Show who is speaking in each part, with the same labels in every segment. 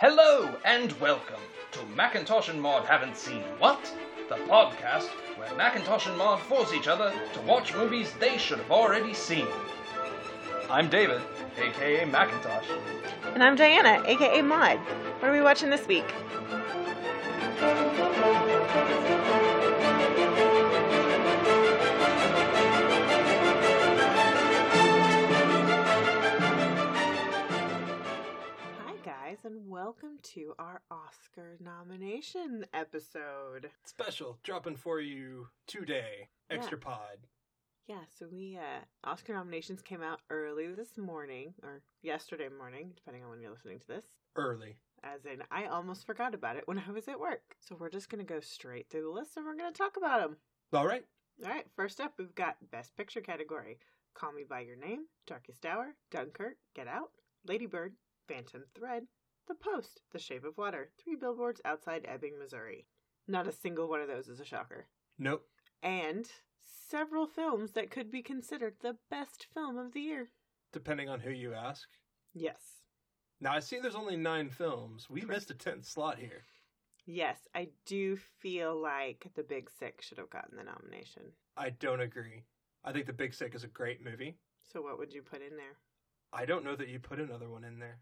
Speaker 1: Hello and welcome to Macintosh and Maud Haven't Seen What? The podcast where Macintosh and Maud force each other to watch movies they should have already seen. I'm David, aka Macintosh.
Speaker 2: And I'm Diana, aka Maud. What are we watching this week? Hi, guys, and welcome to our Oscar nomination episode.
Speaker 3: special dropping for you today.
Speaker 2: Yeah.
Speaker 3: Extra pod.
Speaker 2: Yeah, so we, uh, Oscar nominations came out early this morning, or yesterday morning, depending on when you're listening to this.
Speaker 3: Early.
Speaker 2: As in, I almost forgot about it when I was at work. So we're just going to go straight through the list and we're going to talk about them.
Speaker 3: All right.
Speaker 2: All right, first up, we've got Best Picture category Call Me By Your Name, Darkest Hour, Dunkirk, Get Out, Ladybird, Phantom Thread, The Post, The Shape of Water, Three Billboards Outside Ebbing, Missouri. Not a single one of those is a shocker.
Speaker 3: Nope.
Speaker 2: And several films that could be considered the best film of the year.
Speaker 3: Depending on who you ask.
Speaker 2: Yes.
Speaker 3: Now I see there's only nine films. We missed a tenth slot here.
Speaker 2: Yes, I do feel like The Big Sick should have gotten the nomination.
Speaker 3: I don't agree. I think The Big Sick is a great movie.
Speaker 2: So, what would you put in there?
Speaker 3: I don't know that you put another one in there.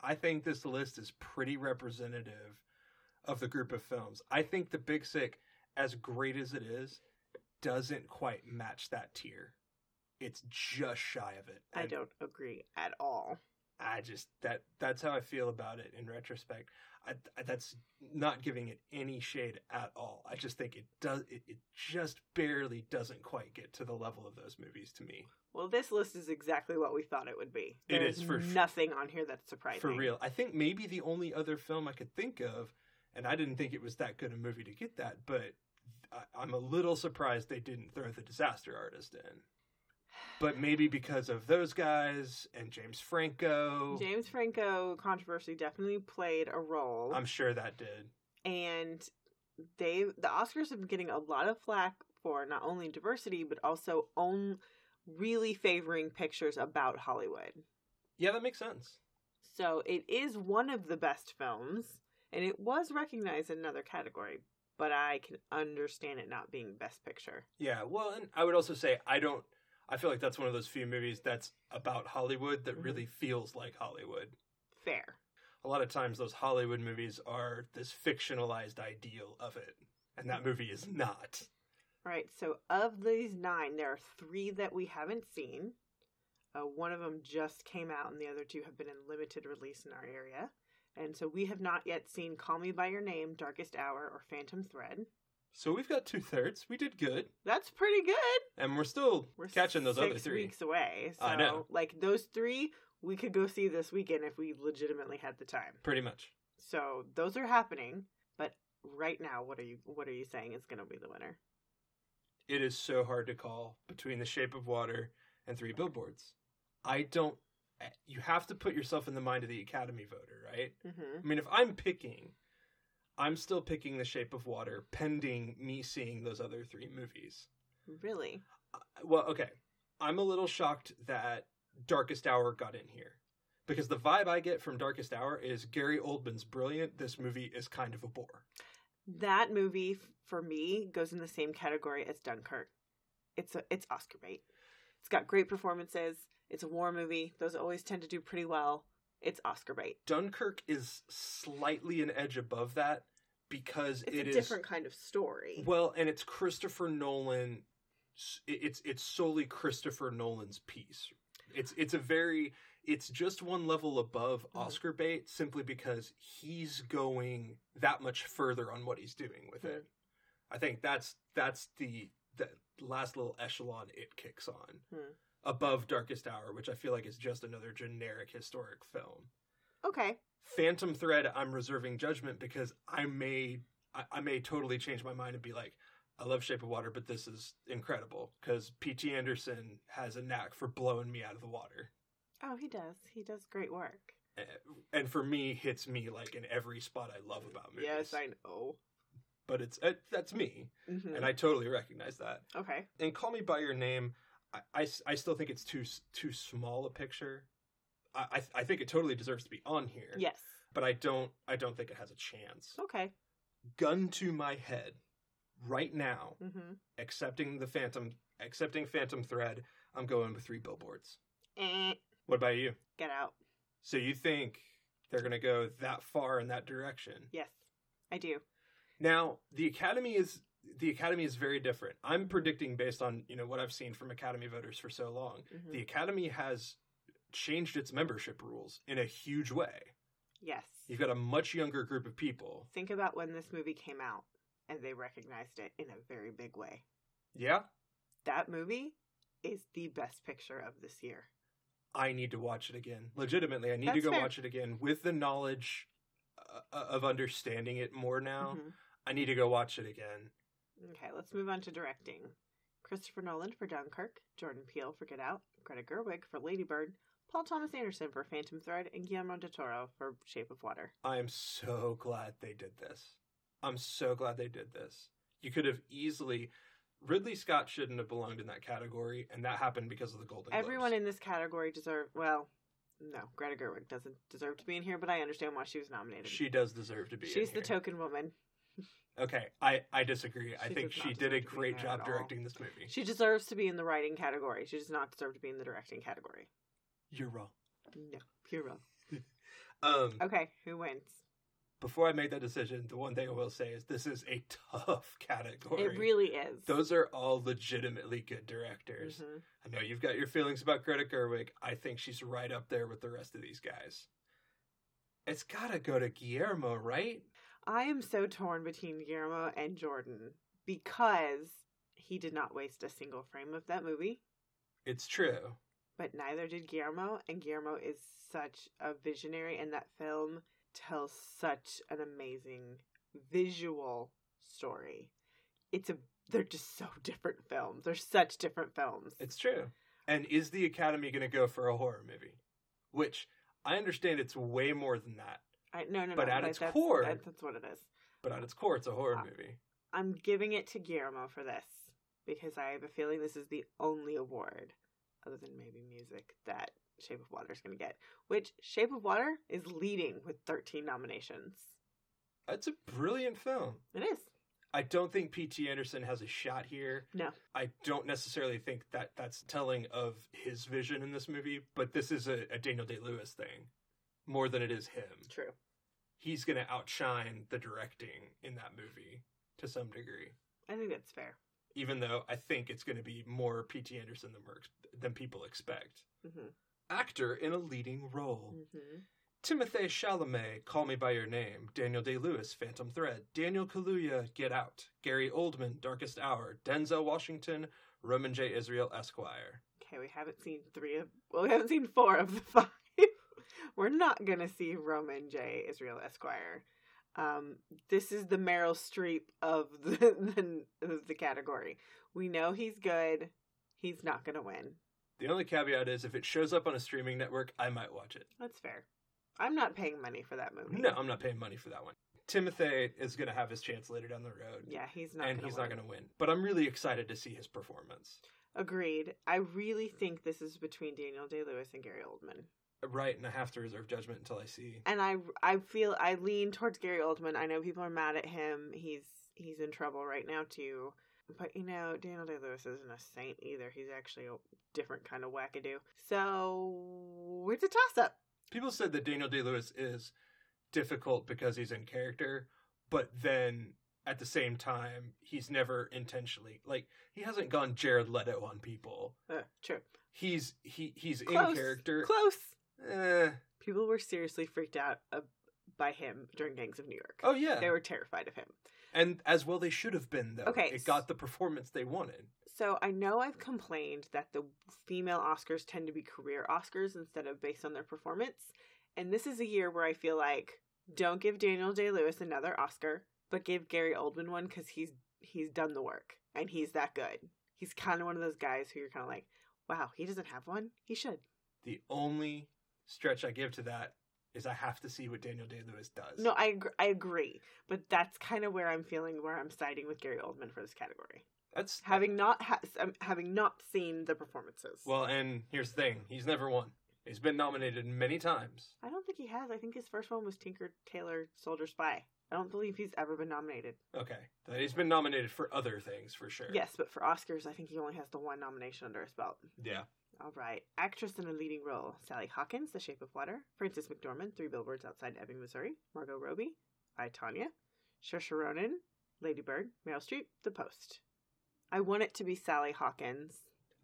Speaker 3: I think this list is pretty representative of the group of films. I think The Big Sick, as great as it is, doesn't quite match that tier. It's just shy of it.
Speaker 2: I
Speaker 3: And
Speaker 2: don't agree at all.
Speaker 3: I just that that's how I feel about it in retrospect. I, I- that's not giving it any shade at all. I just think it does it, it just barely doesn't quite get to the level of those movies to me.
Speaker 2: Well, this list is exactly what we thought it would be.
Speaker 3: It
Speaker 2: There's
Speaker 3: is for sh-
Speaker 2: nothing on here that's surprising.
Speaker 3: For real. I think maybe the only other film I could think of and I didn't think it was that good a movie to get that, but I, I'm a little surprised they didn't throw the disaster artist in. But maybe because of those guys and James Franco,
Speaker 2: James Franco controversy definitely played a role,
Speaker 3: I'm sure that did.
Speaker 2: and they the Oscars have been getting a lot of flack for not only diversity but also own really favoring pictures about Hollywood.
Speaker 3: Yeah, that makes sense.
Speaker 2: So it is one of the best films, and it was recognized in another category, but I can understand it not being Best Picture.
Speaker 3: Yeah, well, and I would also say I don't. I feel like that's one of those few movies that's about Hollywood that
Speaker 2: Mhm.
Speaker 3: really feels like Hollywood.
Speaker 2: Fair.
Speaker 3: A lot of times, those Hollywood movies are this fictionalized ideal of it, and that movie is not.
Speaker 2: All right, so of these nine, there are three that we haven't seen. Uh, one of them just came out, and the other two have been in limited release in our area. And so we have not yet seen Call Me By Your Name, Darkest Hour, or Phantom Thread.
Speaker 3: So we've got two thirds. We did good,
Speaker 2: That's pretty good.
Speaker 3: and we're still
Speaker 2: We're
Speaker 3: catching those
Speaker 2: six
Speaker 3: other three.
Speaker 2: weeks away. So,
Speaker 3: I know.
Speaker 2: Like those three, we could go see this weekend if we legitimately had the time.
Speaker 3: Pretty much.
Speaker 2: So those are happening. But right now, what are you what are you saying is going to be the winner?
Speaker 3: It is so hard to call between The Shape of Water and Three Billboards. I don't. eh, You have to put yourself in the mind of the Academy voter, right?
Speaker 2: hmm
Speaker 3: I mean, if I'm picking, I'm still picking The Shape of Water, pending me seeing those other three movies.
Speaker 2: Really?
Speaker 3: Uh, Well, okay. I'm a little shocked that Darkest Hour got in here because the vibe I get from Darkest Hour is Gary Oldman's brilliant. This movie is kind of a bore.
Speaker 2: That movie f- for me goes in the same category as Dunkirk. It's a, it's Oscar bait. It's got great performances. It's a war movie. Those always tend to do pretty well. It's Oscar bait.
Speaker 3: Dunkirk is slightly an edge above that because
Speaker 2: It's
Speaker 3: it
Speaker 2: a
Speaker 3: is-
Speaker 2: different kind of story.
Speaker 3: Well, and it's Christopher Nolan. s- it- It's it's solely Christopher Nolan's piece. It's it's a very it's just one level above
Speaker 2: Mhm.
Speaker 3: Oscar bait simply because he's going that much further on what he's doing with it. I think that's that's the the last little echelon it kicks on
Speaker 2: Hmm.
Speaker 3: above Darkest Hour, which I feel like is just another generic historic film.
Speaker 2: okay,
Speaker 3: Phantom Thread, I'm reserving judgment because I may I, I may totally change my mind and be like, I love Shape of Water, but this is incredible because P.T. Anderson has a knack for blowing me out of the water,
Speaker 2: oh he does. He does great work.
Speaker 3: Eh, and for me, hits me like in every spot I love about movies.
Speaker 2: Yes, I know.
Speaker 3: but it's it, that's me,
Speaker 2: Mhm.
Speaker 3: and I totally recognize that.
Speaker 2: okay,
Speaker 3: And Call Me by Your Name, I, I s- I still think it's too s- too small a picture. I I, I think it totally deserves to be on here.
Speaker 2: yes,
Speaker 3: but I don't I don't think it has a chance.
Speaker 2: Okay.
Speaker 3: Gun to my head right now,
Speaker 2: Mm-hmm.
Speaker 3: accepting the Phantom accepting Phantom Thread, I'm going with three billboards.
Speaker 2: Eh,
Speaker 3: What about you?
Speaker 2: get out.
Speaker 3: So you think they're gonna go that far in that direction?
Speaker 2: Yes, I do.
Speaker 3: Now, the academy is the academy is very different. I'm predicting based on, you know, what I've seen from academy voters for so long.
Speaker 2: Mhm.
Speaker 3: The academy has changed its membership rules in a huge way.
Speaker 2: Yes.
Speaker 3: You've got a much younger group of people.
Speaker 2: Think about when this movie came out and they recognized it in a very big way.
Speaker 3: Yeah,
Speaker 2: That movie is the best picture of this year.
Speaker 3: I need to watch it again. Legitimately, I need to
Speaker 2: That's
Speaker 3: go
Speaker 2: fair.
Speaker 3: watch it again with the knowledge uh, of understanding it more now.
Speaker 2: Mhm.
Speaker 3: I need to go watch it again.
Speaker 2: Okay, let's move on to directing. Christopher Nolan for Dunkirk, Jordan Peele for Get Out, Greta Gerwig for Lady Bird, Paul Thomas Anderson for Phantom Thread, and Guillermo del Toro for Shape of Water.
Speaker 3: I am so glad they did this. I'm so glad they did this. You could have easily Ridley Scott shouldn't have belonged in that category, and that happened because of the Golden Globes.
Speaker 2: Everyone in this category deserve well, no, Greta Gerwig doesn't deserve to be in here, but I understand why she was nominated.
Speaker 3: she does deserve to be. in
Speaker 2: She's the
Speaker 3: here.
Speaker 2: token woman.
Speaker 3: Okay, I I disagree. I
Speaker 2: She
Speaker 3: think
Speaker 2: does
Speaker 3: she
Speaker 2: not
Speaker 3: did a
Speaker 2: deserve to be
Speaker 3: great
Speaker 2: there at
Speaker 3: job
Speaker 2: all.
Speaker 3: directing this movie.
Speaker 2: She deserves to be in the writing category. She does not deserve to be in the directing category.
Speaker 3: You're wrong.
Speaker 2: No, you're wrong.
Speaker 3: Um,
Speaker 2: Okay, who wins?
Speaker 3: before I make that decision, the one thing I will say is this is a tough category.
Speaker 2: It really is.
Speaker 3: Those are all legitimately good directors.
Speaker 2: Mhm.
Speaker 3: I know you've got your feelings about Greta Gerwig. I think she's right up there with the rest of these guys. It's got to go to Guillermo, right?
Speaker 2: I am so torn between Guillermo and Jordan because he did not waste a single frame of that movie,
Speaker 3: It's true.
Speaker 2: but neither did Guillermo. And Guillermo is such a visionary, and that film tells such an amazing visual story. It's a they're just so different films. They're such different films.
Speaker 3: It's true. And is the Academy going to go for a horror movie? Which I understand it's way more than that,
Speaker 2: I, no, no,
Speaker 3: but
Speaker 2: no,
Speaker 3: at its
Speaker 2: that's-
Speaker 3: core-
Speaker 2: that- that's what it is.
Speaker 3: but at its core, it's a horror
Speaker 2: Uh,
Speaker 3: movie.
Speaker 2: I'm giving it to Guillermo for this because I have a feeling this is the only award, other than maybe music, that Shape of Water is going to get. Which Shape of Water is leading with 13 nominations.
Speaker 3: It's a brilliant film.
Speaker 2: It is.
Speaker 3: I don't think P.T. Anderson has a shot here.
Speaker 2: No.
Speaker 3: I don't necessarily think that that's telling of his vision in this movie, but this is a, a Daniel Day Lewis thing more than it is him.
Speaker 2: True.
Speaker 3: He's going to outshine the directing in that movie to some degree,
Speaker 2: I think that's fair.
Speaker 3: even though I think it's going to be more P.T. Anderson than, we're, ex- than people expect.
Speaker 2: Mm-hmm.
Speaker 3: Actor in a leading role.
Speaker 2: Mm-hmm.
Speaker 3: Timothée Chalamet, Call Me By Your Name, Daniel Day Lewis, Phantom Thread, Daniel Kaluuya, Get Out, Gary Oldman, Darkest Hour, Denzel Washington, Roman J. Israel Esquire.
Speaker 2: Okay, we haven't seen three of, well, we haven't seen four of the five. We're not going to see Roman J. Israel Esquire. Um, this is the Meryl Streep of the, the, the category. We know he's good. He's not going to win.
Speaker 3: The only caveat is if it shows up on a streaming network, I might watch it.
Speaker 2: That's fair. I'm not paying money for that movie.
Speaker 3: No, I'm not paying money for that one. Timothée is going to have his chance later down the road,
Speaker 2: Yeah, he's not.
Speaker 3: and
Speaker 2: gonna
Speaker 3: he's
Speaker 2: win.
Speaker 3: not going to win. But I'm really excited to see his performance.
Speaker 2: Agreed. I really think this is between Daniel Day Lewis and Gary Oldman.
Speaker 3: Right, and I have to reserve judgment until I see.
Speaker 2: and I I feel I lean towards Gary Oldman. I know people are mad at him. He's he's in trouble right now too. But you know, Daniel Day Lewis isn't a saint either. He's actually a different kind of wackadoo. So it's a toss up.
Speaker 3: People said that Daniel Day Lewis is difficult because he's in character, but then at the same time, he's never intentionally like he hasn't gone Jared Leto on people.
Speaker 2: Uh, true.
Speaker 3: He's he he's in
Speaker 2: Close.
Speaker 3: character.
Speaker 2: Close.
Speaker 3: Eh.
Speaker 2: People were seriously freaked out uh, by him during Gangs of New York.
Speaker 3: Oh yeah,
Speaker 2: They were terrified of him.
Speaker 3: and as well they should have been though.
Speaker 2: Okay,
Speaker 3: it got the performance they wanted.
Speaker 2: So I know I've complained that the female Oscars tend to be career Oscars instead of based on their performance. And this is a year where I feel like don't give Daniel Day Lewis another Oscar, but give Gary Oldman one because he's he's done the work and he's that good. He's kind of one of those guys who you're kind of like, wow, he doesn't have one. He should.
Speaker 3: The only stretch I give to that is I have to see what Daniel Day Lewis does.
Speaker 2: No, I agr- I agree, but that's kind of where I'm feeling where I'm siding with Gary Oldman for this category,
Speaker 3: that's
Speaker 2: having not ha- um, having not seen the performances.
Speaker 3: well. And here's the thing: he's never won. He's been nominated many times.
Speaker 2: I don't think he has. I think his first one was Tinker Tailor Soldier Spy. I don't believe he's ever been nominated.
Speaker 3: Okay. Then He's been nominated for other things for sure.
Speaker 2: Yes, but for Oscars, I think he only has the one nomination under his belt.
Speaker 3: Yeah.
Speaker 2: All right. Actress in a leading role Sally Hawkins, The Shape of Water. Frances McDormand, Three Billboards Outside Ebbing, Missouri. Margot Robbie, I, Tanya. Saoirse Ronan, Lady Bird. Meryl Streep, The Post. I want it to be Sally Hawkins.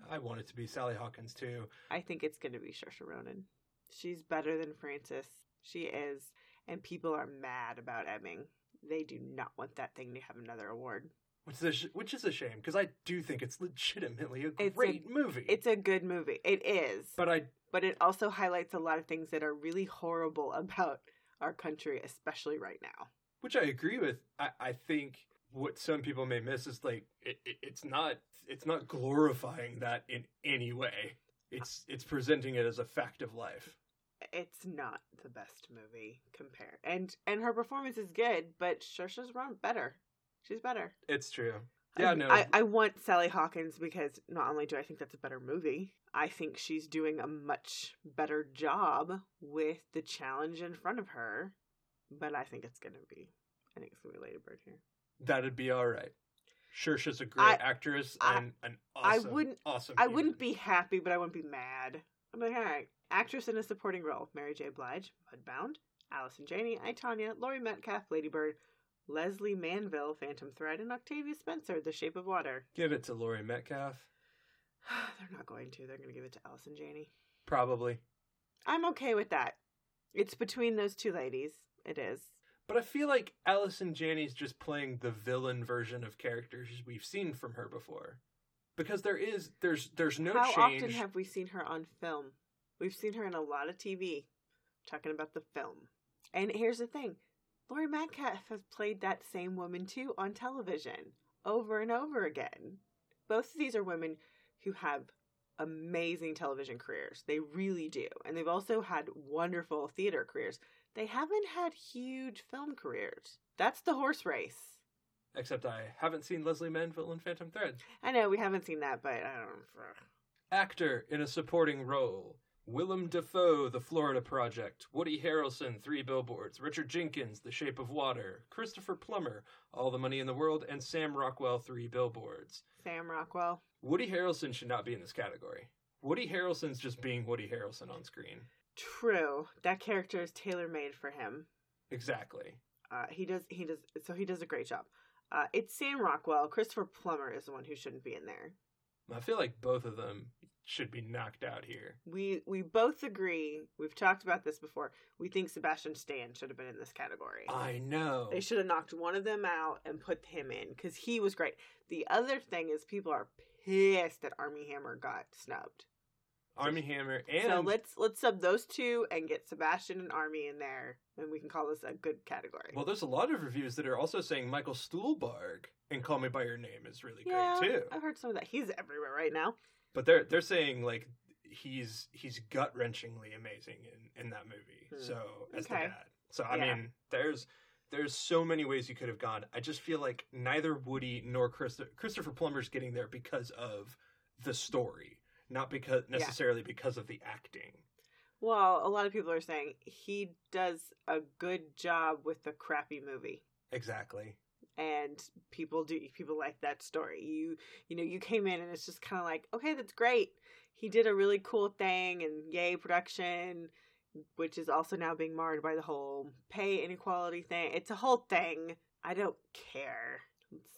Speaker 3: I want it to be Sally Hawkins too.
Speaker 2: I think it's going to be Saoirse Ronan. She's better than Frances. She is. And people are mad about Ebbing. They do not want that thing to have another award.
Speaker 3: Which is a, which is a shame because I do think it's legitimately a
Speaker 2: It's a-
Speaker 3: great movie.
Speaker 2: It's a good movie. It is.
Speaker 3: but I
Speaker 2: but it also highlights a lot of things that are really horrible about our country, especially right now.
Speaker 3: which I agree with. I, I think what some people may miss is like it, it, it's not it's not glorifying that in any way. It's it's presenting it as a fact of life.
Speaker 2: It's not the best movie compare, and and her performance is good, but Saoirse's run better. She's better.
Speaker 3: It's true. Yeah,
Speaker 2: I,
Speaker 3: no.
Speaker 2: Um, I, I want Sally Hawkins because not only do I think that's a better movie, I think she's doing a much better job with the challenge in front of her. But I think it's gonna be, I think it's gonna be Lady Bird here.
Speaker 3: That'd be all right. Sure, she's a great
Speaker 2: I-
Speaker 3: actress
Speaker 2: I-
Speaker 3: and an
Speaker 2: I
Speaker 3: awesome,
Speaker 2: wouldn't-
Speaker 3: awesome.
Speaker 2: I
Speaker 3: human.
Speaker 2: wouldn't be happy, but I wouldn't be mad. I'm like, all right. Actress in a supporting role: Mary J. Blige, Mudbound, Allison Janney, I Tanya, Laurie Metcalf, Lady Bird, Leslie Manville, Phantom Thread, and Octavia Spencer, The Shape of Water.
Speaker 3: give it to Laurie Metcalf.
Speaker 2: They're not going to. They're going to give it to Allison Janney.
Speaker 3: Probably.
Speaker 2: I'm okay with that. It's between those two ladies. It is.
Speaker 3: But I feel like Allison Janney's just playing the villain version of characters we've seen from her before. Because there is there's there's no
Speaker 2: How
Speaker 3: change.
Speaker 2: often have we seen her on film? We've seen her in a lot of TV. Talking about the film. And here's the thing Lori Metcalf has played that same woman too on television over and over again. Both of these are women who have amazing television careers. They really do. And they've also had wonderful theater careers. They haven't had huge film careers. That's the horse race.
Speaker 3: Except I haven't seen Leslie Manville in Phantom Thread.
Speaker 2: I know we haven't seen that, but um, I don't.
Speaker 3: Actor in a supporting role. Willem Dafoe, The Florida Project. Woody Harrelson, Three Billboards. Richard Jenkins, The Shape of Water. Christopher Plummer, All the Money in the World. And Sam Rockwell, Three Billboards.
Speaker 2: Sam Rockwell.
Speaker 3: Woody Harrelson should not be in this category. Woody Harrelson's just being Woody Harrelson on screen.
Speaker 2: True. That character is tailor made for him.
Speaker 3: Exactly.
Speaker 2: Uh, he does. He does. So he does a great job. Uh, it's Sam Rockwell. Christopher Plummer is the one who shouldn't be in there.
Speaker 3: I feel like both of them should be knocked out here.
Speaker 2: We we both agree. We've talked about this before. We think Sebastian Stan should have been in this category.
Speaker 3: I know.
Speaker 2: They should have knocked one of them out and put him in because he was great. The other thing is people are pissed that Army Hammer got snubbed.
Speaker 3: Army Hammer and
Speaker 2: so let's let's sub those two and get Sebastian and Army in there, and we can call this a good category.
Speaker 3: well, there's a lot of reviews that are also saying Michael Stuhlbarg and Call Me by Your Name is really great too.
Speaker 2: I've heard some of that. He's everywhere right now.
Speaker 3: But they're they're saying like he's he's gut wrenchingly amazing in in that movie.
Speaker 2: Hmm.
Speaker 3: So as the
Speaker 2: Okay.
Speaker 3: dad. So I
Speaker 2: Yeah.
Speaker 3: mean, there's there's so many ways you could have gone. I just feel like neither Woody nor Christo- Christopher Plummer's getting there because of the story, not because
Speaker 2: Yeah.
Speaker 3: necessarily because of the acting.
Speaker 2: Well, a lot of people are saying he does a good job with the crappy movie.
Speaker 3: Exactly.
Speaker 2: And people do people like that story. You you know, you came in and it's just kinda like, okay, that's great. He did a really cool thing and yay production, which is also now being marred by the whole pay inequality thing. It's a whole thing. I don't care.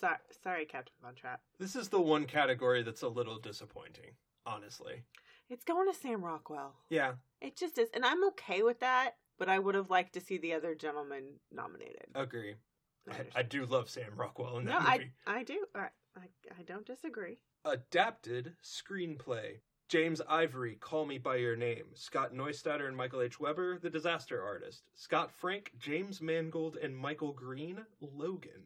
Speaker 2: Sorry, sorry, Captain Von
Speaker 3: This is the one category that's a little disappointing, honestly.
Speaker 2: It's going to Sam Rockwell.
Speaker 3: Yeah.
Speaker 2: It just is, and I'm okay with that. But I would have liked to see the other gentleman nominated.
Speaker 3: Agree.
Speaker 2: I
Speaker 3: Uh, I, I
Speaker 2: understand.
Speaker 3: do love Sam Rockwell in
Speaker 2: no,
Speaker 3: that
Speaker 2: I
Speaker 3: movie.
Speaker 2: I do. I, I I don't disagree.
Speaker 3: Adapted screenplay. James Ivory, Call Me By Your Name. Scott Neustadter and Michael H. Weber, The Disaster Artist. Scott Frank, James Mangold, and Michael Green, Logan.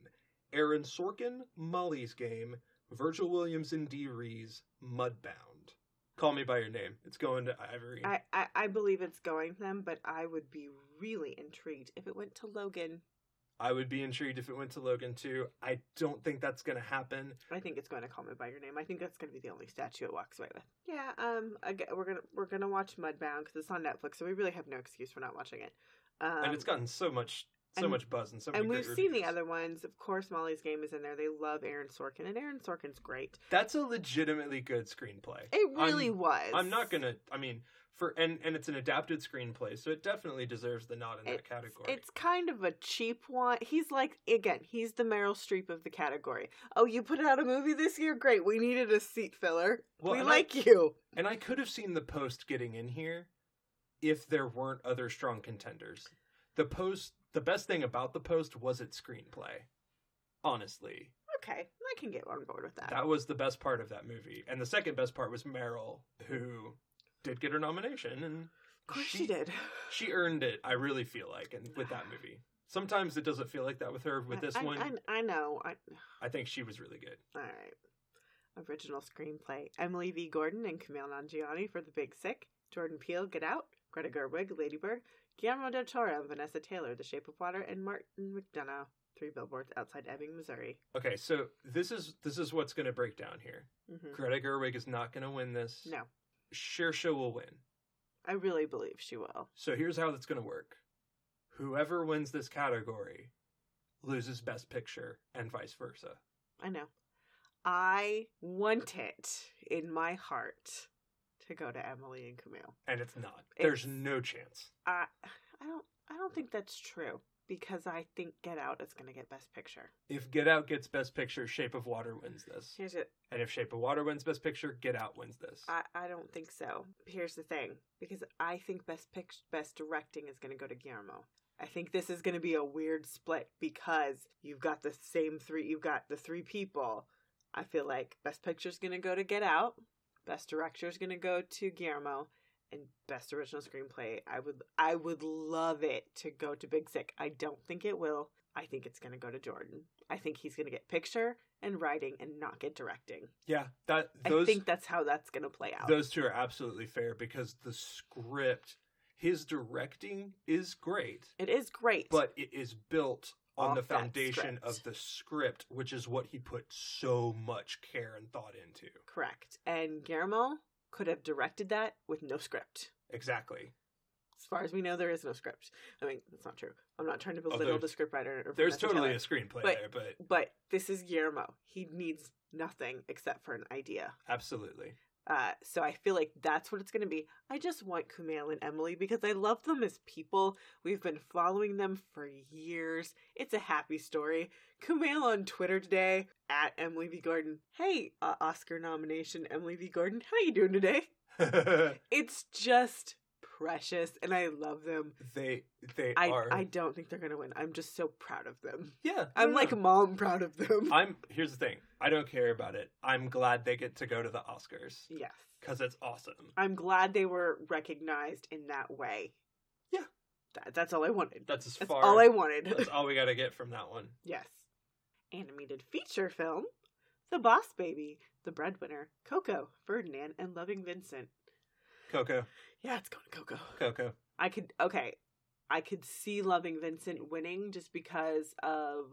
Speaker 3: Aaron Sorkin, Molly's Game. Virgil Williams and Dee Rees, Mudbound. Call Me By Your Name. It's going to Ivory.
Speaker 2: I, I I believe it's going them, but I would be really intrigued if it went to Logan.
Speaker 3: I would be intrigued if it went to Logan too. I don't think that's going to happen.
Speaker 2: I think it's going to call me by your name. I think that's going to be the only statue it walks away with. Yeah, um, I gue- we're gonna we're gonna watch Mudbound because it's on Netflix, so we really have no excuse for not watching it. Um,
Speaker 3: and it's gotten so much, so
Speaker 2: and-
Speaker 3: much buzz and so. Many
Speaker 2: and we've
Speaker 3: great
Speaker 2: seen the
Speaker 3: reviews.
Speaker 2: other ones. Of course, Molly's Game is in there. They love Aaron Sorkin, and Aaron Sorkin's great.
Speaker 3: That's a legitimately good screenplay.
Speaker 2: It really
Speaker 3: I'm-
Speaker 2: was.
Speaker 3: I'm not gonna. I mean, for and and it's an adapted screenplay, so it definitely deserves the nod in that
Speaker 2: It's-
Speaker 3: category.
Speaker 2: It's kind of a cheap one. He's like again, he's the Meryl Streep of the category. Oh, you put out a movie this year? Great. We needed a seat filler.
Speaker 3: Well,
Speaker 2: we
Speaker 3: and I-
Speaker 2: like you.
Speaker 3: and I could have seen the post getting in here if there weren't other strong contenders. The post. The best thing about the post was its screenplay. Honestly,
Speaker 2: Okay, I can get on board with that.
Speaker 3: that was the best part of that movie, and the second best part was Meryl, who did get her nomination, and
Speaker 2: of course she did.
Speaker 3: She earned it. I really feel like, and with that movie, sometimes it doesn't feel like that with her. With
Speaker 2: I-
Speaker 3: this
Speaker 2: I,
Speaker 3: one,
Speaker 2: I, I know. I,
Speaker 3: I think she was really good.
Speaker 2: all right. Original screenplay: Emily V. Gordon and Camille Nangiani for The Big Sick. Jordan Peele, Get Out. Greta Gerwig, Lady Bird. Guillermo del Toro and Vanessa Taylor, The Shape of Water, and Martin McDonough, Three Billboards Outside Ebbing, Missouri.
Speaker 3: Okay, so this is this is what's going to break down here.
Speaker 2: hmm
Speaker 3: Greta Gerwig is not going to win this.
Speaker 2: No,
Speaker 3: Shersha will win.
Speaker 2: I really believe she will.
Speaker 3: So here's how that's going to work. Whoever wins this category loses Best Picture, and vice versa.
Speaker 2: I know. I want it in my heart to go to Emily and Camille.
Speaker 3: And it's not.
Speaker 2: It's-
Speaker 3: There's no chance.
Speaker 2: I I don't I don't think that's true because I think Get Out is going to get Best Picture.
Speaker 3: If Get Out gets Best Picture, Shape of Water wins this.
Speaker 2: Here's it.
Speaker 3: And if Shape of Water wins Best Picture, Get Out wins this.
Speaker 2: I, I don't think so. Here's the thing because I think Best Picture Best Directing is going to go to Guillermo. I think this is going to be a weird split because you've got the same three. You've got the three people. I feel like Best Picture's going to go to Get Out. Best Director's going to go to Guillermo. And best original screenplay, I would I would love it to go to Big Sick. I don't think it will. I think it's gonna go to Jordan. I think he's gonna get picture and writing and not get directing.
Speaker 3: yeah, that those
Speaker 2: I think that's how that's gonna play out.
Speaker 3: Those two are absolutely fair because the script, his directing is great,
Speaker 2: It is great.
Speaker 3: but it is built on
Speaker 2: Off
Speaker 3: the
Speaker 2: that
Speaker 3: foundation
Speaker 2: script.
Speaker 3: of the script, which is what he put so much care and thought into.
Speaker 2: correct. And Guillermo could have directed that with no script.
Speaker 3: Exactly.
Speaker 2: As far as we know, there is no script. I mean, that's not true. I'm not trying to
Speaker 3: Oh,
Speaker 2: belittle the
Speaker 3: there's-
Speaker 2: scriptwriter. Or
Speaker 3: There's
Speaker 2: Vanessa
Speaker 3: totally
Speaker 2: Taylor,
Speaker 3: a screenplay
Speaker 2: But-
Speaker 3: there, but
Speaker 2: but this is Guillermo. He needs nothing except for an idea.
Speaker 3: absolutely.
Speaker 2: Uh, so I feel like that's what it's going to be. I just want Kumail and Emily because I love them as people. We've been following them for years. It's a happy story. Kumail on Twitter today at Emily V Gordon. Hey, uh, Oscar nomination Emily V Gordon. How you doing today? It's just precious, and I love them.
Speaker 3: they they
Speaker 2: I
Speaker 3: are.
Speaker 2: I don't think they're gonna win. I'm just so proud of them.
Speaker 3: yeah,
Speaker 2: I'm
Speaker 3: no,
Speaker 2: like
Speaker 3: no.
Speaker 2: mom proud of them.
Speaker 3: I'm. Here's the thing. I don't care about it. I'm glad they get to go to the Oscars
Speaker 2: yes,
Speaker 3: because it's awesome.
Speaker 2: I'm glad they were recognized in that way.
Speaker 3: Yeah.
Speaker 2: That, that's all I wanted.
Speaker 3: That's as
Speaker 2: That's
Speaker 3: far.
Speaker 2: all I wanted.
Speaker 3: that's all we got to get from that one.
Speaker 2: yes. Animated feature film The Boss Baby, The Breadwinner, Coco, Ferdinand, and Loving Vincent.
Speaker 3: Coco,
Speaker 2: Yeah, it's going to Coco.
Speaker 3: Coco.
Speaker 2: I could, okay. I could see Loving Vincent winning just because of,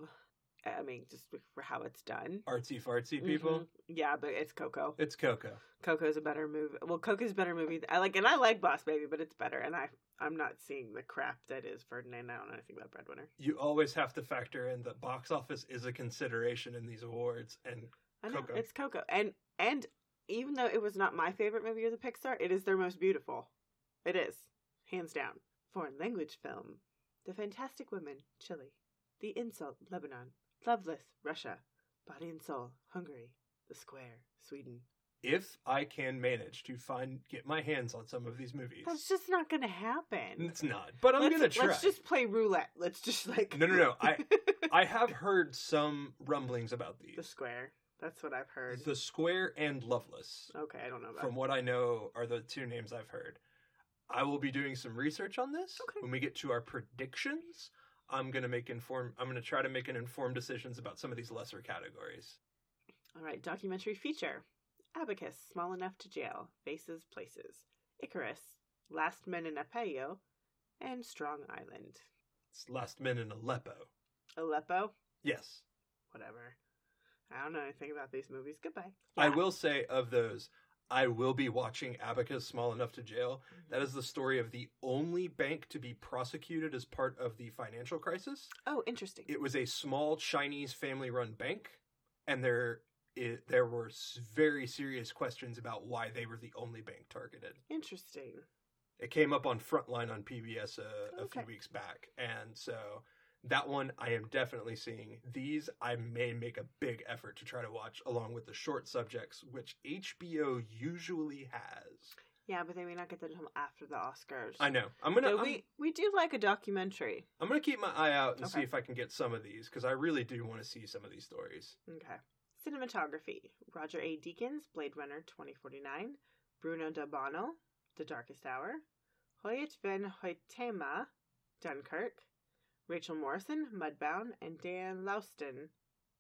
Speaker 2: I mean, just for how it's done.
Speaker 3: artsy fartsy people.
Speaker 2: Mhm. Yeah, but it's Coco.
Speaker 3: It's Coco.
Speaker 2: Coco's a better movie. Well, Coco's a better movie. th- I like, and I like Boss Baby, but it's better. And I, I'm not seeing the crap that is Ferdinand. I don't know anything about Breadwinner.
Speaker 3: You always have to factor in that box office is a consideration in these awards, and
Speaker 2: I know
Speaker 3: Coco.
Speaker 2: it's Coco, and and even though it was not my favorite movie of the Pixar, it is their most beautiful. It is hands down. Foreign language film: The Fantastic Women, Chile; The Insult, Lebanon; Loveless, Russia; Body and Soul, Hungary; The Square, Sweden.
Speaker 3: if I can manage to find get my hands on some of these movies,
Speaker 2: That's just not gonna happen.
Speaker 3: it's not. But I'm
Speaker 2: let's,
Speaker 3: gonna try.
Speaker 2: Let's just play roulette. Let's just like
Speaker 3: No, no, no, I- I have heard some rumblings about
Speaker 2: the
Speaker 3: these.
Speaker 2: Square. That's what I've heard.
Speaker 3: The Square and Loveless,
Speaker 2: Okay, I don't know about.
Speaker 3: from what I know, are the two names I've heard. I will be doing some research on this
Speaker 2: Okay.
Speaker 3: when we get to our predictions. I'm gonna make inform. I'm gonna try to make an informed decisions about some of these lesser categories.
Speaker 2: All right, documentary feature Abacus, Small Enough to Jail, Faces, Places, Icarus, Last Men in Apeo, and Strong Island.
Speaker 3: It's Last Men in Aleppo.
Speaker 2: Aleppo,
Speaker 3: Yes.
Speaker 2: whatever. I don't know anything about these movies. Goodbye.
Speaker 3: I
Speaker 2: Yeah.
Speaker 3: will say of those, I will be watching Abacus Small Enough to Jail.
Speaker 2: Mm-hmm.
Speaker 3: That is the story of the only bank to be prosecuted as part of the financial crisis.
Speaker 2: Oh, interesting.
Speaker 3: It was a small Chinese family-run bank, and there it, there were s- very serious questions about why they were the only bank targeted.
Speaker 2: Interesting.
Speaker 3: It came up on Frontline on PBS a, a
Speaker 2: Okay.
Speaker 3: few weeks back, and so that one I am definitely seeing. These I may make a big effort to try to watch along with the short subjects, which HBO usually has.
Speaker 2: Yeah, but they may not get that until after the Oscars.
Speaker 3: I know. I'm gonna
Speaker 2: Though
Speaker 3: I'm,
Speaker 2: we we do like a documentary.
Speaker 3: I'm gonna keep my eye out and see
Speaker 2: Okay.
Speaker 3: if I can get some of these because I really do want to see some of these stories.
Speaker 2: Okay. Cinematography: Roger A. Deakins, Blade Runner 2049, Bruno D'Abano, The Darkest Hour, Hoyt Van Hoytema, Dunkirk, Rachel Morrison, Mudbound, and Dan Louston,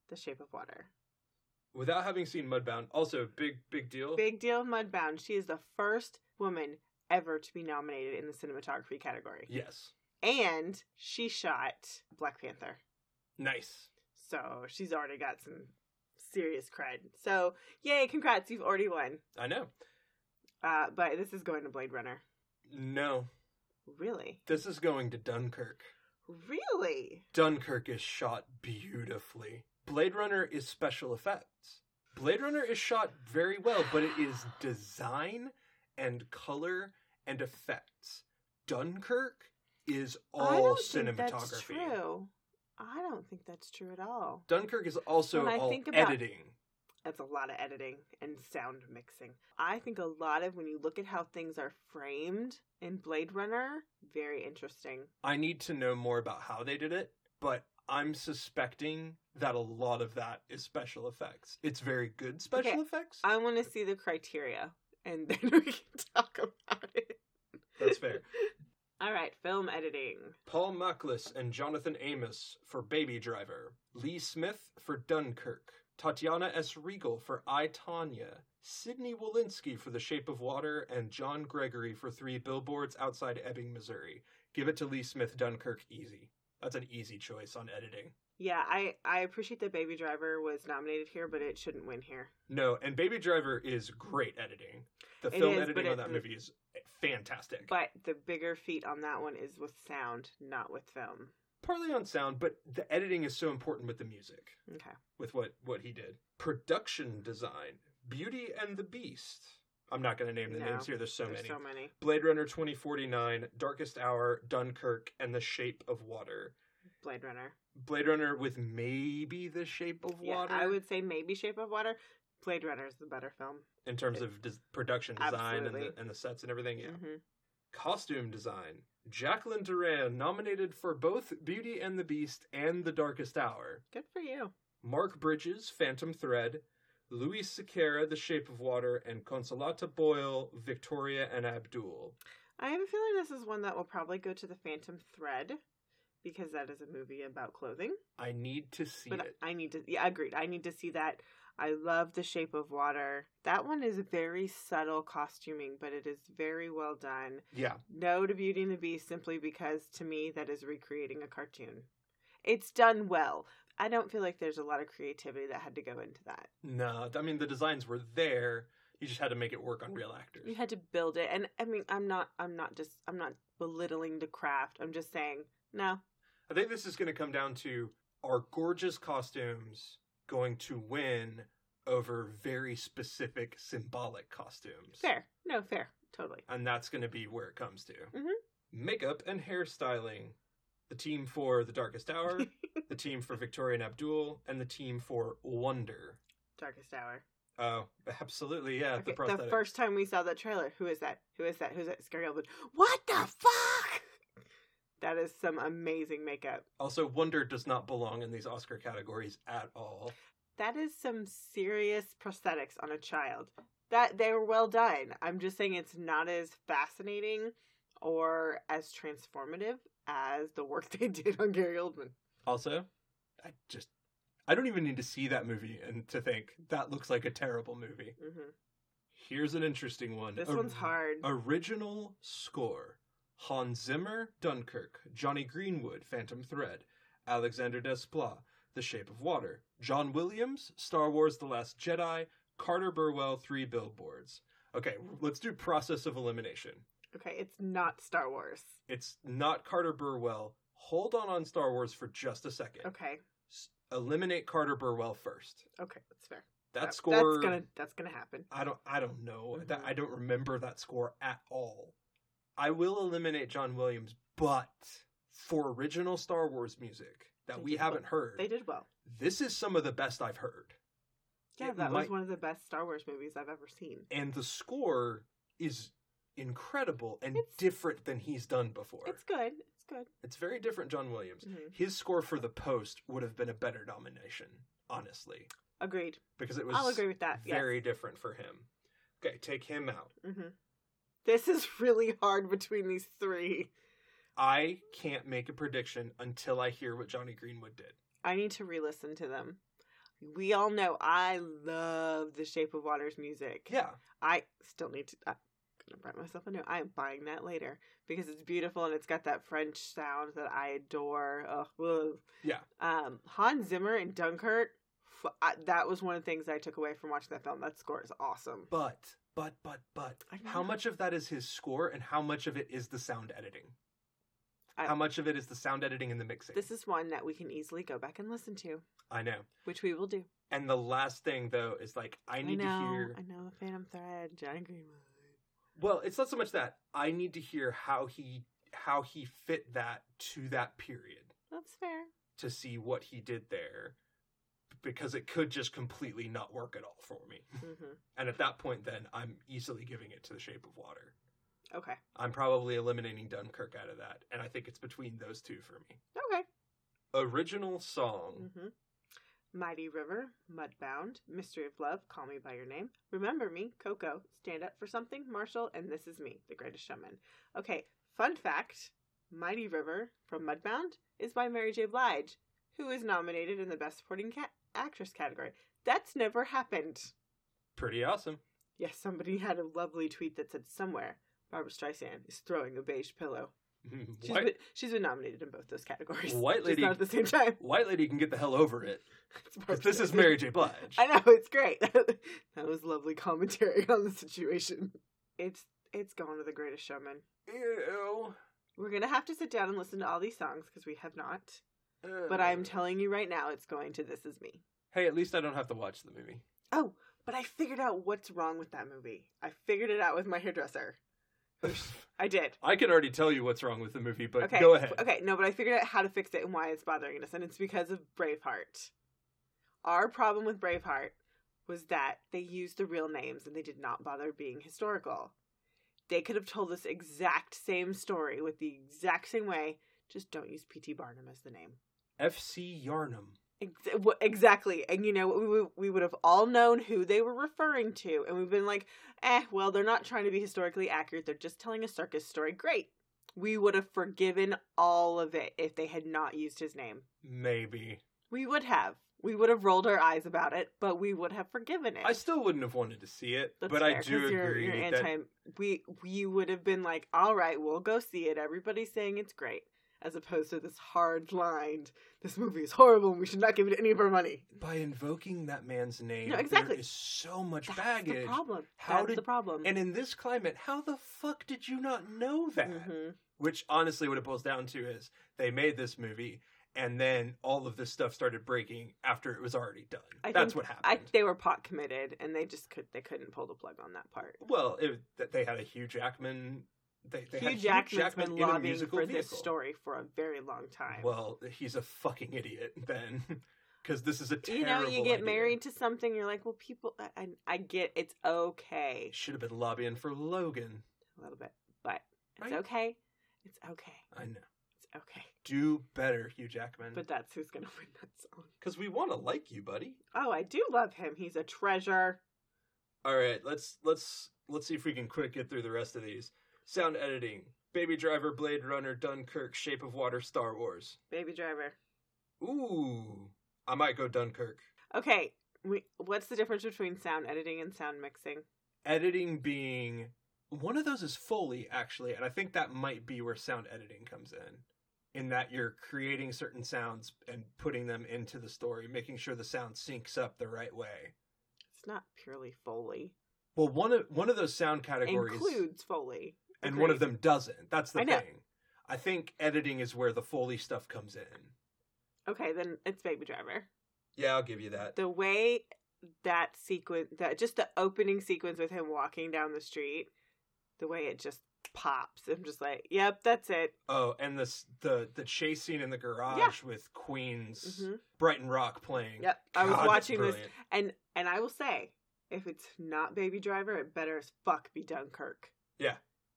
Speaker 2: The Shape of Water.
Speaker 3: Without having seen Mudbound, also big big deal.
Speaker 2: Big deal, Mudbound. She is the first woman ever to be nominated in the cinematography category,
Speaker 3: Yes,
Speaker 2: and she shot Black Panther.
Speaker 3: nice.
Speaker 2: So she's already got some serious cred. So yay, congrats, you've already won.
Speaker 3: I know.
Speaker 2: Uh, but this is going to Blade Runner.
Speaker 3: No,
Speaker 2: Really?
Speaker 3: this is going to Dunkirk.
Speaker 2: Really?
Speaker 3: Dunkirk is shot beautifully. Blade Runner is special effects. Blade Runner is shot very well, but it is design and color and effects. Dunkirk is
Speaker 2: I
Speaker 3: all
Speaker 2: don't
Speaker 3: cinematography.
Speaker 2: think that's true. I don't think that's true at all.
Speaker 3: Dunkirk is also
Speaker 2: When I
Speaker 3: all
Speaker 2: think about-
Speaker 3: editing.
Speaker 2: That's a lot of editing and sound mixing. I think a lot of when you look at how things are framed in Blade Runner, very interesting.
Speaker 3: I need to know more about how they did it, but I'm suspecting that a lot of that is special effects. It's very good special
Speaker 2: Okay,
Speaker 3: effects.
Speaker 2: I want to see the criteria and then we can talk about it.
Speaker 3: That's fair.
Speaker 2: All right, film editing.
Speaker 3: Paul Macklis and Jonathan Amos for Baby Driver, Lee Smith for Dunkirk, Tatiana S. Regal for I, Tanya, Sidney Walensky for The Shape of Water, and John Gregory for Three Billboards Outside Ebbing, Missouri. Give it to Lee Smith, Dunkirk, easy. That's an easy choice on editing.
Speaker 2: Yeah, I I appreciate that Baby Driver was nominated here, but it shouldn't win here.
Speaker 3: No, and Baby Driver is great editing. The
Speaker 2: It
Speaker 3: film
Speaker 2: is,
Speaker 3: editing
Speaker 2: but
Speaker 3: on
Speaker 2: it-
Speaker 3: that movie is fantastic.
Speaker 2: But the bigger feat on that one is with sound, not with film.
Speaker 3: Partly on sound, but the editing is so important with the music.
Speaker 2: Okay.
Speaker 3: with what what he did. Production design, Beauty and the Beast. I'm not going to name the
Speaker 2: No,
Speaker 3: names here. There's so
Speaker 2: There's
Speaker 3: many.
Speaker 2: so many.
Speaker 3: Blade Runner 2049, Darkest Hour, Dunkirk, and The Shape of Water.
Speaker 2: Blade Runner.
Speaker 3: Blade Runner with maybe The Shape of
Speaker 2: Yeah,
Speaker 3: Water
Speaker 2: I would say maybe Shape of Water. Blade Runner is the better film.
Speaker 3: in terms of des- production design and the,
Speaker 2: Absolutely.
Speaker 3: and the sets and everything. Yeah.
Speaker 2: Mhm.
Speaker 3: Costume design, Jacqueline Duran nominated for both Beauty and the Beast and The Darkest Hour.
Speaker 2: Good for you.
Speaker 3: Mark Bridges, Phantom Thread, Luis Sequeira, The Shape of Water, and Consolata Boyle, Victoria and Abdul.
Speaker 2: I have a feeling this is one that will probably go to the Phantom Thread because that is a movie about clothing.
Speaker 3: I need to see
Speaker 2: But
Speaker 3: it.
Speaker 2: I need to yeah, agreed. I need to see that. I love the shape of water. That one is very subtle costuming, but it is very well done.
Speaker 3: Yeah,
Speaker 2: no to Beauty and the Beast simply because to me that is recreating a cartoon. It's done well. I don't feel like there's a lot of creativity that had to go into that.
Speaker 3: no, I mean the designs were there. You just had to make it work on real actors.
Speaker 2: You had to build it and I mean I'm not I'm not just I'm not belittling the craft. I'm just saying no.
Speaker 3: I think this is going to come down to are gorgeous costumes going to win over very specific symbolic costumes?
Speaker 2: Fair. No, fair. Totally.
Speaker 3: and that's going to be where it comes to.
Speaker 2: Mhm.
Speaker 3: Makeup and hairstyling. The team for The Darkest Hour, the team for Victoria and Abdul, and the team for Wonder.
Speaker 2: Darkest Hour.
Speaker 3: Oh, absolutely, yeah.
Speaker 2: Okay,
Speaker 3: the
Speaker 2: the,
Speaker 3: prosthetic.
Speaker 2: first time we saw that trailer, who is that? Who is that? Who's that? Scary Elwood. What the fuck? That is some amazing makeup.
Speaker 3: Also, Wonder does not belong in these Oscar categories at all.
Speaker 2: That is some serious prosthetics on a child. That they were well done. I'm just saying it's not as fascinating or as transformative as the work they did on Gary Oldman.
Speaker 3: Also, I just. I don't even need to see that movie and to think that looks like a terrible movie.
Speaker 2: hmm
Speaker 3: Here's an interesting one.
Speaker 2: This
Speaker 3: Or-
Speaker 2: one's hard.
Speaker 3: Original score Hans Zimmer, Dunkirk, Johnny Greenwood, Phantom Thread, Alexander Desplat, The Shape of Water, John Williams, Star Wars The Last Jedi, Carter Burwell, Three Billboards. Okay, let's do process of elimination.
Speaker 2: Okay, it's not Star Wars.
Speaker 3: It's not Carter Burwell. Hold on on Star Wars for just a second.
Speaker 2: Okay,
Speaker 3: S- Eliminate Carter Burwell first.
Speaker 2: okay, that's fair.
Speaker 3: That
Speaker 2: That-
Speaker 3: score
Speaker 2: That's gonna that's gonna happen.
Speaker 3: I don't I don't know.
Speaker 2: Mhm.
Speaker 3: That- I don't remember that score at all. I will eliminate John Williams, but for original Star Wars music that
Speaker 2: They
Speaker 3: we
Speaker 2: did
Speaker 3: haven't
Speaker 2: well.
Speaker 3: heard,
Speaker 2: They did well.
Speaker 3: this is some of the best I've heard.
Speaker 2: Yeah,
Speaker 3: It
Speaker 2: that was
Speaker 3: might-
Speaker 2: one of the best Star Wars movies I've ever seen.
Speaker 3: And the score is incredible and
Speaker 2: It's-
Speaker 3: different than he's done before.
Speaker 2: It's good. It's good.
Speaker 3: It's very different, John Williams.
Speaker 2: Mhm.
Speaker 3: His score for the post would have been a better nomination, honestly,
Speaker 2: Agreed.
Speaker 3: because it was
Speaker 2: I'll agree with that.
Speaker 3: very different for him. Okay, take him out.
Speaker 2: Yes. hmm This is really hard between these three.
Speaker 3: I can't make a prediction until I hear what Johnny Greenwood did.
Speaker 2: I need to re-listen to them. We all know I love The Shape of Water's music.
Speaker 3: Yeah.
Speaker 2: I still need to. I'm gonna write myself a note. I am buying that later because it's beautiful and it's got that French sound that I adore. Ugh, ugh.
Speaker 3: Yeah.
Speaker 2: Um, Hans Zimmer and Dunkirk. f- I- That was one of the things I took away from watching that film. That score is awesome.
Speaker 3: But, but, but, but,
Speaker 2: I don't
Speaker 3: how
Speaker 2: know.
Speaker 3: much of that is his score and how much of it is the sound editing?
Speaker 2: I-
Speaker 3: how much of it is the sound editing and the mixing?
Speaker 2: This is one that we can easily go back and listen to,
Speaker 3: I know.
Speaker 2: which we will do.
Speaker 3: And the last thing, though, is like, I need
Speaker 2: know,
Speaker 3: to hear.
Speaker 2: I know. Phantom Thread, Johnny Greenwood.
Speaker 3: Well, it's not so much that. I need to hear how he how he fit that to that period
Speaker 2: That's fair.
Speaker 3: to see what he did there because it could just completely not work at all for me.
Speaker 2: hmm
Speaker 3: And at that point, then I'm easily giving it to the shape of water.
Speaker 2: Okay.
Speaker 3: I'm probably eliminating Dunkirk out of that. And I think it's between those two for me.
Speaker 2: Okay.
Speaker 3: Original song.
Speaker 2: hmm Mighty River, Mudbound, Mystery of Love, Call Me By Your Name, Remember Me, Coco, Stand Up for Something, Marshall, and This Is Me, The Greatest Showman. Okay, fun fact Mighty River from Mudbound is by Mary J. Blige, who is nominated in the Best Supporting Ca- Actress category. That's never happened.
Speaker 3: Pretty awesome.
Speaker 2: Yes, somebody had a lovely tweet that said somewhere Barbara Streisand is throwing a beige pillow. She's
Speaker 3: White,
Speaker 2: been, she's been nominated in both those categories.
Speaker 3: White
Speaker 2: Just
Speaker 3: lady-
Speaker 2: not at the same time.
Speaker 3: White Lady can get the hell over it.
Speaker 2: It's
Speaker 3: 'cause
Speaker 2: Barbra
Speaker 3: This is
Speaker 2: Streisand.
Speaker 3: Mary J. Blige.
Speaker 2: I know it's great. that was lovely commentary on the situation. It's it's going to the Greatest Showman.
Speaker 3: Ew.
Speaker 2: We're gonna have to sit down and listen to all these songs because we have not. But I'm telling you right now, it's going to This Is Me.
Speaker 3: Hey, at least I don't have to watch the movie.
Speaker 2: Oh, but I figured out what's wrong with that movie. I figured it out with my hairdresser. I did.
Speaker 3: I can already tell you what's wrong with the movie, but
Speaker 2: Okay.
Speaker 3: go ahead.
Speaker 2: Okay, no, but I figured out how to fix it and why it's bothering us, and it's because of Braveheart. Our problem with Braveheart was that they used the real names and they did not bother being historical. They could have told this exact same story with the exact same way, just don't use P.T. Barnum as the name.
Speaker 3: FC Yarnum.
Speaker 2: Ex- wha- Exactly. And you know, we, would- we would have all known who they were referring to. And we've been like, eh, well, they're not trying to be historically accurate. They're just telling a circus story. Great. We would have forgiven all of it if they had not used his name.
Speaker 3: Maybe.
Speaker 2: We would have. We would have rolled our eyes about it, but we would have forgiven it.
Speaker 3: I still wouldn't have wanted to see it,
Speaker 2: That's
Speaker 3: but I
Speaker 2: fair,
Speaker 3: do
Speaker 2: 'cause
Speaker 3: agree
Speaker 2: you're- you're
Speaker 3: that
Speaker 2: anti- we we would have been like, all right, we'll go see it. Everybody's saying it's great, as opposed to this hard lined. This movie is horrible. and We should not give it any of our money.
Speaker 3: by invoking that man's name,
Speaker 2: No, exactly.
Speaker 3: there is so much
Speaker 2: That's
Speaker 3: baggage.
Speaker 2: the problem.
Speaker 3: How
Speaker 2: That's
Speaker 3: did-
Speaker 2: the problem.
Speaker 3: And in this climate, how the fuck did you not know that?
Speaker 2: Mhm.
Speaker 3: Which honestly, what it boils down to is they made this movie, and then all of this stuff started breaking after it was already done.
Speaker 2: I
Speaker 3: That's
Speaker 2: think-
Speaker 3: what
Speaker 2: I,
Speaker 3: happened.
Speaker 2: they were pot committed, and they just could they couldn't pull the plug on that part.
Speaker 3: well, it, that they had a Hugh Jackman. They, they had
Speaker 2: Hugh Jackman's
Speaker 3: Jackman
Speaker 2: been
Speaker 3: in a
Speaker 2: lobbying
Speaker 3: musical
Speaker 2: for
Speaker 3: vehicle.
Speaker 2: this story for a very long time.
Speaker 3: Well, he's a fucking idiot then, because this is a
Speaker 2: you
Speaker 3: terrible.
Speaker 2: know, you get
Speaker 3: idea.
Speaker 2: married to something, you're like, well, people, I, I, I get it's okay
Speaker 3: Should have been lobbying for Logan.
Speaker 2: a little bit, but it's
Speaker 3: Right.
Speaker 2: okay, it's okay,
Speaker 3: I know.
Speaker 2: it's okay.
Speaker 3: Do better, Hugh Jackman.
Speaker 2: But that's who's gonna win that song.
Speaker 3: Because we want to like you, buddy.
Speaker 2: Oh, I do love him. He's a treasure.
Speaker 3: All right, let's let's let's see if we can quick get through the rest of these. Sound editing: Baby Driver, Blade Runner, Dunkirk, Shape of Water, Star Wars.
Speaker 2: Baby Driver.
Speaker 3: Ooh, I might go Dunkirk.
Speaker 2: Okay, we, what's the difference between sound editing and sound mixing?
Speaker 3: Editing being one of those is Foley actually, and I think that might be where sound editing comes in. in that you're creating certain sounds and putting them into the story, making sure the sound syncs up the right way.
Speaker 2: It's not purely Foley.
Speaker 3: Well, one of one of those sound categories
Speaker 2: Includes Foley.
Speaker 3: and one of
Speaker 2: Agreed.
Speaker 3: them doesn't. That's the
Speaker 2: I know.
Speaker 3: thing. I think editing is where the Foley stuff comes in.
Speaker 2: Okay, then it's Baby Driver.
Speaker 3: Yeah, I'll give you that.
Speaker 2: The way that sequence, that just the opening sequence with him walking down the street, the way it just pops. I'm just like, yep, that's it.
Speaker 3: Oh, and this the the chase scene in the garage with Queen's
Speaker 2: hmm
Speaker 3: Brighton Rock playing.
Speaker 2: Yep, I was
Speaker 3: God, it's
Speaker 2: watching this,
Speaker 3: brilliant.
Speaker 2: and and I will say, if it's not Baby Driver, it better as fuck be Dunkirk.
Speaker 3: Yeah.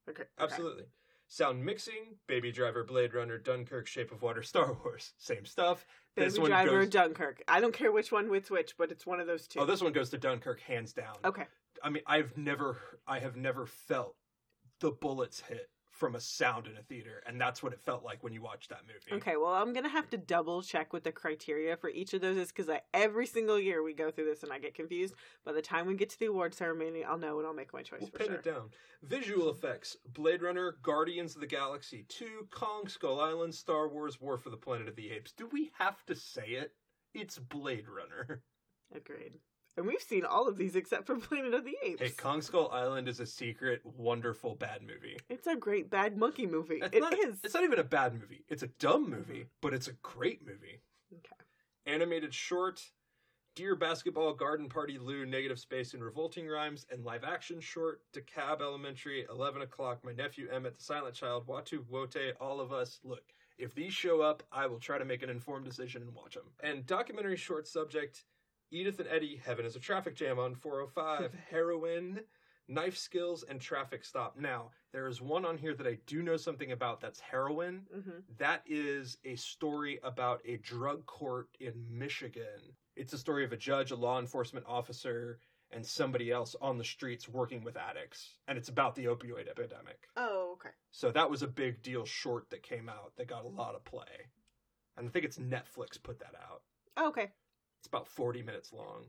Speaker 2: Okay. okay.
Speaker 3: Absolutely. Sound mixing, Baby Driver, Blade Runner, Dunkirk, Shape of Water, Star Wars. Same stuff.
Speaker 2: Baby
Speaker 3: This one
Speaker 2: Driver,
Speaker 3: goes-
Speaker 2: Dunkirk. I don't care which one with which, but it's one of those two.
Speaker 3: Oh, this one goes to Dunkirk hands down.
Speaker 2: Okay.
Speaker 3: I mean, I've never, I have never felt the bullets hit from a sound in a theater, and that's what it felt like when you watched that movie.
Speaker 2: Okay, well, I'm gonna have to double check what the criteria for each of those is because every single year we go through this and I get confused. By the time we get to the award ceremony, I'll know and I'll make my choice
Speaker 3: We'll
Speaker 2: for
Speaker 3: pin
Speaker 2: sure.
Speaker 3: it down. Visual effects: Blade Runner, Guardians of the Galaxy Two, Kong, Skull Island, Star Wars, War for the Planet of the Apes. Do we have to say it? It's Blade Runner.
Speaker 2: Agreed. And we've seen all of these except for Planet of the Apes.
Speaker 3: Hey, Kong Skull Island is a secret, wonderful bad movie.
Speaker 2: it's a great bad monkey movie. It
Speaker 3: It's
Speaker 2: is. Mm-hmm.
Speaker 3: not, It's not even a bad movie. It's a dumb movie, but it's a great movie.
Speaker 2: Okay.
Speaker 3: Animated short, Deer Basketball, Garden Party, Lou, Negative Space, and Revolting Rhymes, and live action short, DeKalb Elementary, 11 O'Clock, My Nephew Emmett, The Silent Child, Watu Wote, All of Us. Look, if these show up, I will try to make an informed decision and watch them. And documentary short subject, Edith and Eddie, Heaven is a Traffic Jam on 405, Heroin, Knife Skills, and Traffic Stop. Now, there is one on here that I do know something about that's Heroin.
Speaker 2: hmm
Speaker 3: That is a story about a drug court in Michigan. It's a story of a judge, a law enforcement officer, and somebody else on the streets working with addicts. And it's about the opioid epidemic.
Speaker 2: Oh, okay.
Speaker 3: So that was a big deal short that came out that got a lot of play. And I think it's Netflix put that out.
Speaker 2: Oh, okay.
Speaker 3: It's about 40 minutes long.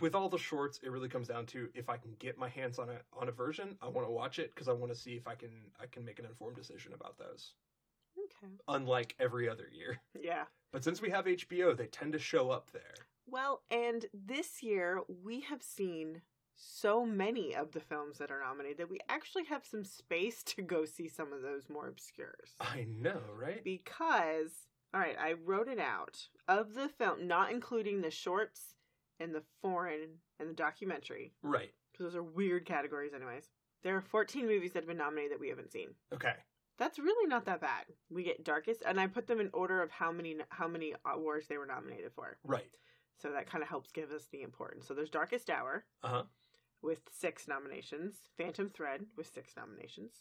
Speaker 3: With all the shorts, it really comes down to if I can get my hands on a on a version, I want to watch it because I want to see if I can I can make an informed decision about those.
Speaker 2: Okay.
Speaker 3: Unlike every other year.
Speaker 2: Yeah.
Speaker 3: But since we have HBO, they tend to show up there.
Speaker 2: Well, and this year we have seen so many of the films that are nominated that we actually have some space to go see some of those more obscures.
Speaker 3: I know, right?
Speaker 2: Because, all right, I wrote it out of the film, not including the shorts and the foreign and the documentary,
Speaker 3: Right.
Speaker 2: because those are weird categories, anyways. There are 14 movies that have been nominated that we haven't seen.
Speaker 3: Okay.
Speaker 2: That's really not that bad. We get darkest, and I put them in order of how many how many awards they were nominated for.
Speaker 3: Right.
Speaker 2: So that kind of helps give us the importance. So there's Darkest Hour
Speaker 3: Uh-huh.
Speaker 2: with six nominations, Phantom Thread with six nominations,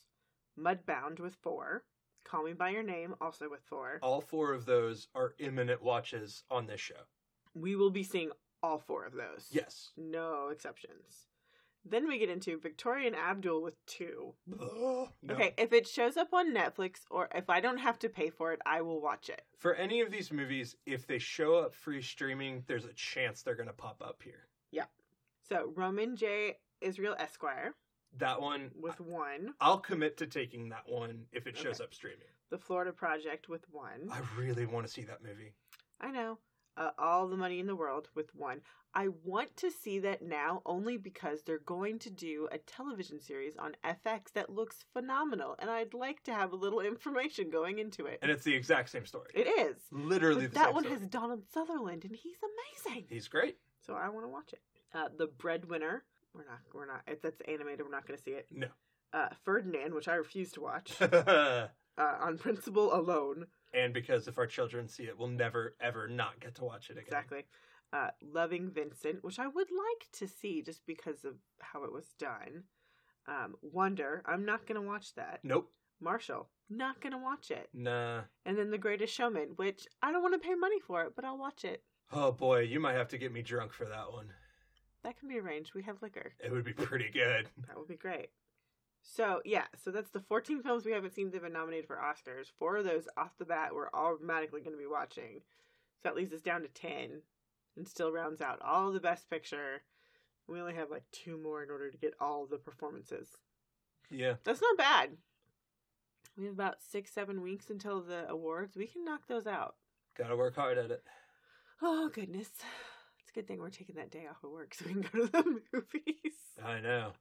Speaker 2: Mudbound with four, Call Me By Your Name also with four.
Speaker 3: All four of those are imminent watches on this show.
Speaker 2: We will be seeing all four of those.
Speaker 3: Yes.
Speaker 2: No exceptions. Then we get into Victoria and Abdul with two.
Speaker 3: No.
Speaker 2: Okay, if it shows up on Netflix or if I don't have to pay for it, I will watch it.
Speaker 3: For any of these movies, if they show up free streaming, there's a chance they're going to pop up here.
Speaker 2: So Roman J. Israel Esquire
Speaker 3: That one,
Speaker 2: with one,
Speaker 3: I'll commit to taking that one if it shows
Speaker 2: Okay.
Speaker 3: up streaming.
Speaker 2: The Florida Project with one.
Speaker 3: I really want to see that movie.
Speaker 2: I know. Uh, all the money in the world with one. I want to see that now only because they're going to do a television series on FX that looks phenomenal, and I'd like to have a little information going into it.
Speaker 3: And it's the exact same story.
Speaker 2: It is.
Speaker 3: Literally
Speaker 2: But
Speaker 3: the
Speaker 2: that
Speaker 3: same
Speaker 2: one
Speaker 3: story.
Speaker 2: has Donald Sutherland, and he's amazing.
Speaker 3: He's great.
Speaker 2: So I want to watch it. Uh, the Breadwinner. We're not. We're not. If that's animated, we're not going to see it.
Speaker 3: No.
Speaker 2: Uh, Ferdinand, which I refuse to watch uh, on principle alone.
Speaker 3: and because if our children see it, we'll never ever not get to watch it again.
Speaker 2: Exactly. Uh, Loving Vincent, which I would like to see just because of how it was done. Um, Wonder, I'm not going to watch that.
Speaker 3: Nope.
Speaker 2: Marshall, not going to watch it.
Speaker 3: Nah.
Speaker 2: And then The Greatest Showman, which I don't want to pay money for it, but I'll watch it.
Speaker 3: Oh boy, you might have to get me drunk for that one.
Speaker 2: That can be arranged. We have liquor.
Speaker 3: It would be pretty good.
Speaker 2: That would be great. So, yeah, so that's the 14 films we haven't seen that have been nominated for Oscars. Four of those off the bat we're automatically going to be watching. So that leaves us down to 10 and still rounds out all the best picture. We only have like two more in order to get all the performances.
Speaker 3: Yeah.
Speaker 2: That's not bad. We have about six, seven weeks until the awards. We can knock those out.
Speaker 3: Gotta work hard at it.
Speaker 2: Oh, goodness. It's a good thing we're taking that day off of work so we can go to the movies.
Speaker 3: I know.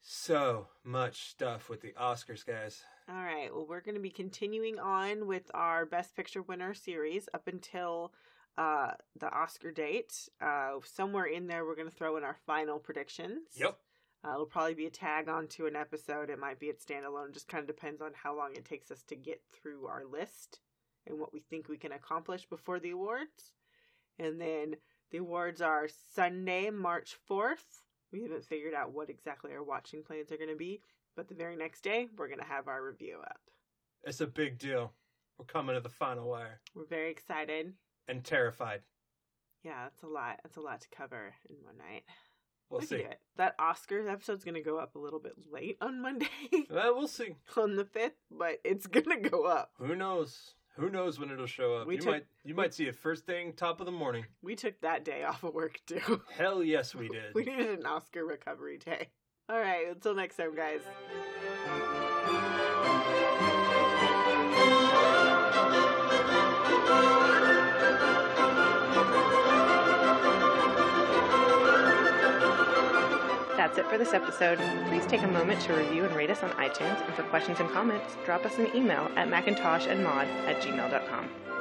Speaker 3: so much stuff with the Oscars, guys.
Speaker 2: All right. Well, we're going to be continuing on with our Best Picture winner series up until uh, the Oscar date. Uh, somewhere in there, we're going to throw in our final predictions. Uh, it'll probably be a tag onto an episode. It might be a standalone. Just kind of depends on how long it takes us to get through our list and what we think we can accomplish before the awards. And then the awards are Sunday, March 4th. We haven't figured out what exactly our watching plans are going to be, but the very next day, we're going to have our review up.
Speaker 3: It's a big deal. We're coming to the final wire
Speaker 2: We're very excited.
Speaker 3: and terrified.
Speaker 2: Yeah, that's a lot. That's a lot to cover in one night.
Speaker 3: We'll
Speaker 2: We can
Speaker 3: see.
Speaker 2: do it. That Oscars episode's going to go up a little bit late on Monday.
Speaker 3: Uh, Well, we'll see.
Speaker 2: on the 5th, but it's going to go up.
Speaker 3: Who knows? Who knows when it'll show up?
Speaker 2: We
Speaker 3: you
Speaker 2: took-
Speaker 3: might you might see it first thing, top of the morning.
Speaker 2: We took that day off of work too.
Speaker 3: Hell yes, we did.
Speaker 2: We needed an Oscar recovery day. All right, until next time, guys.
Speaker 4: That's it for this episode. Please take a moment to review and rate us on iTunes, and for questions and comments, drop us an email at macintosh and mod at gmail.com.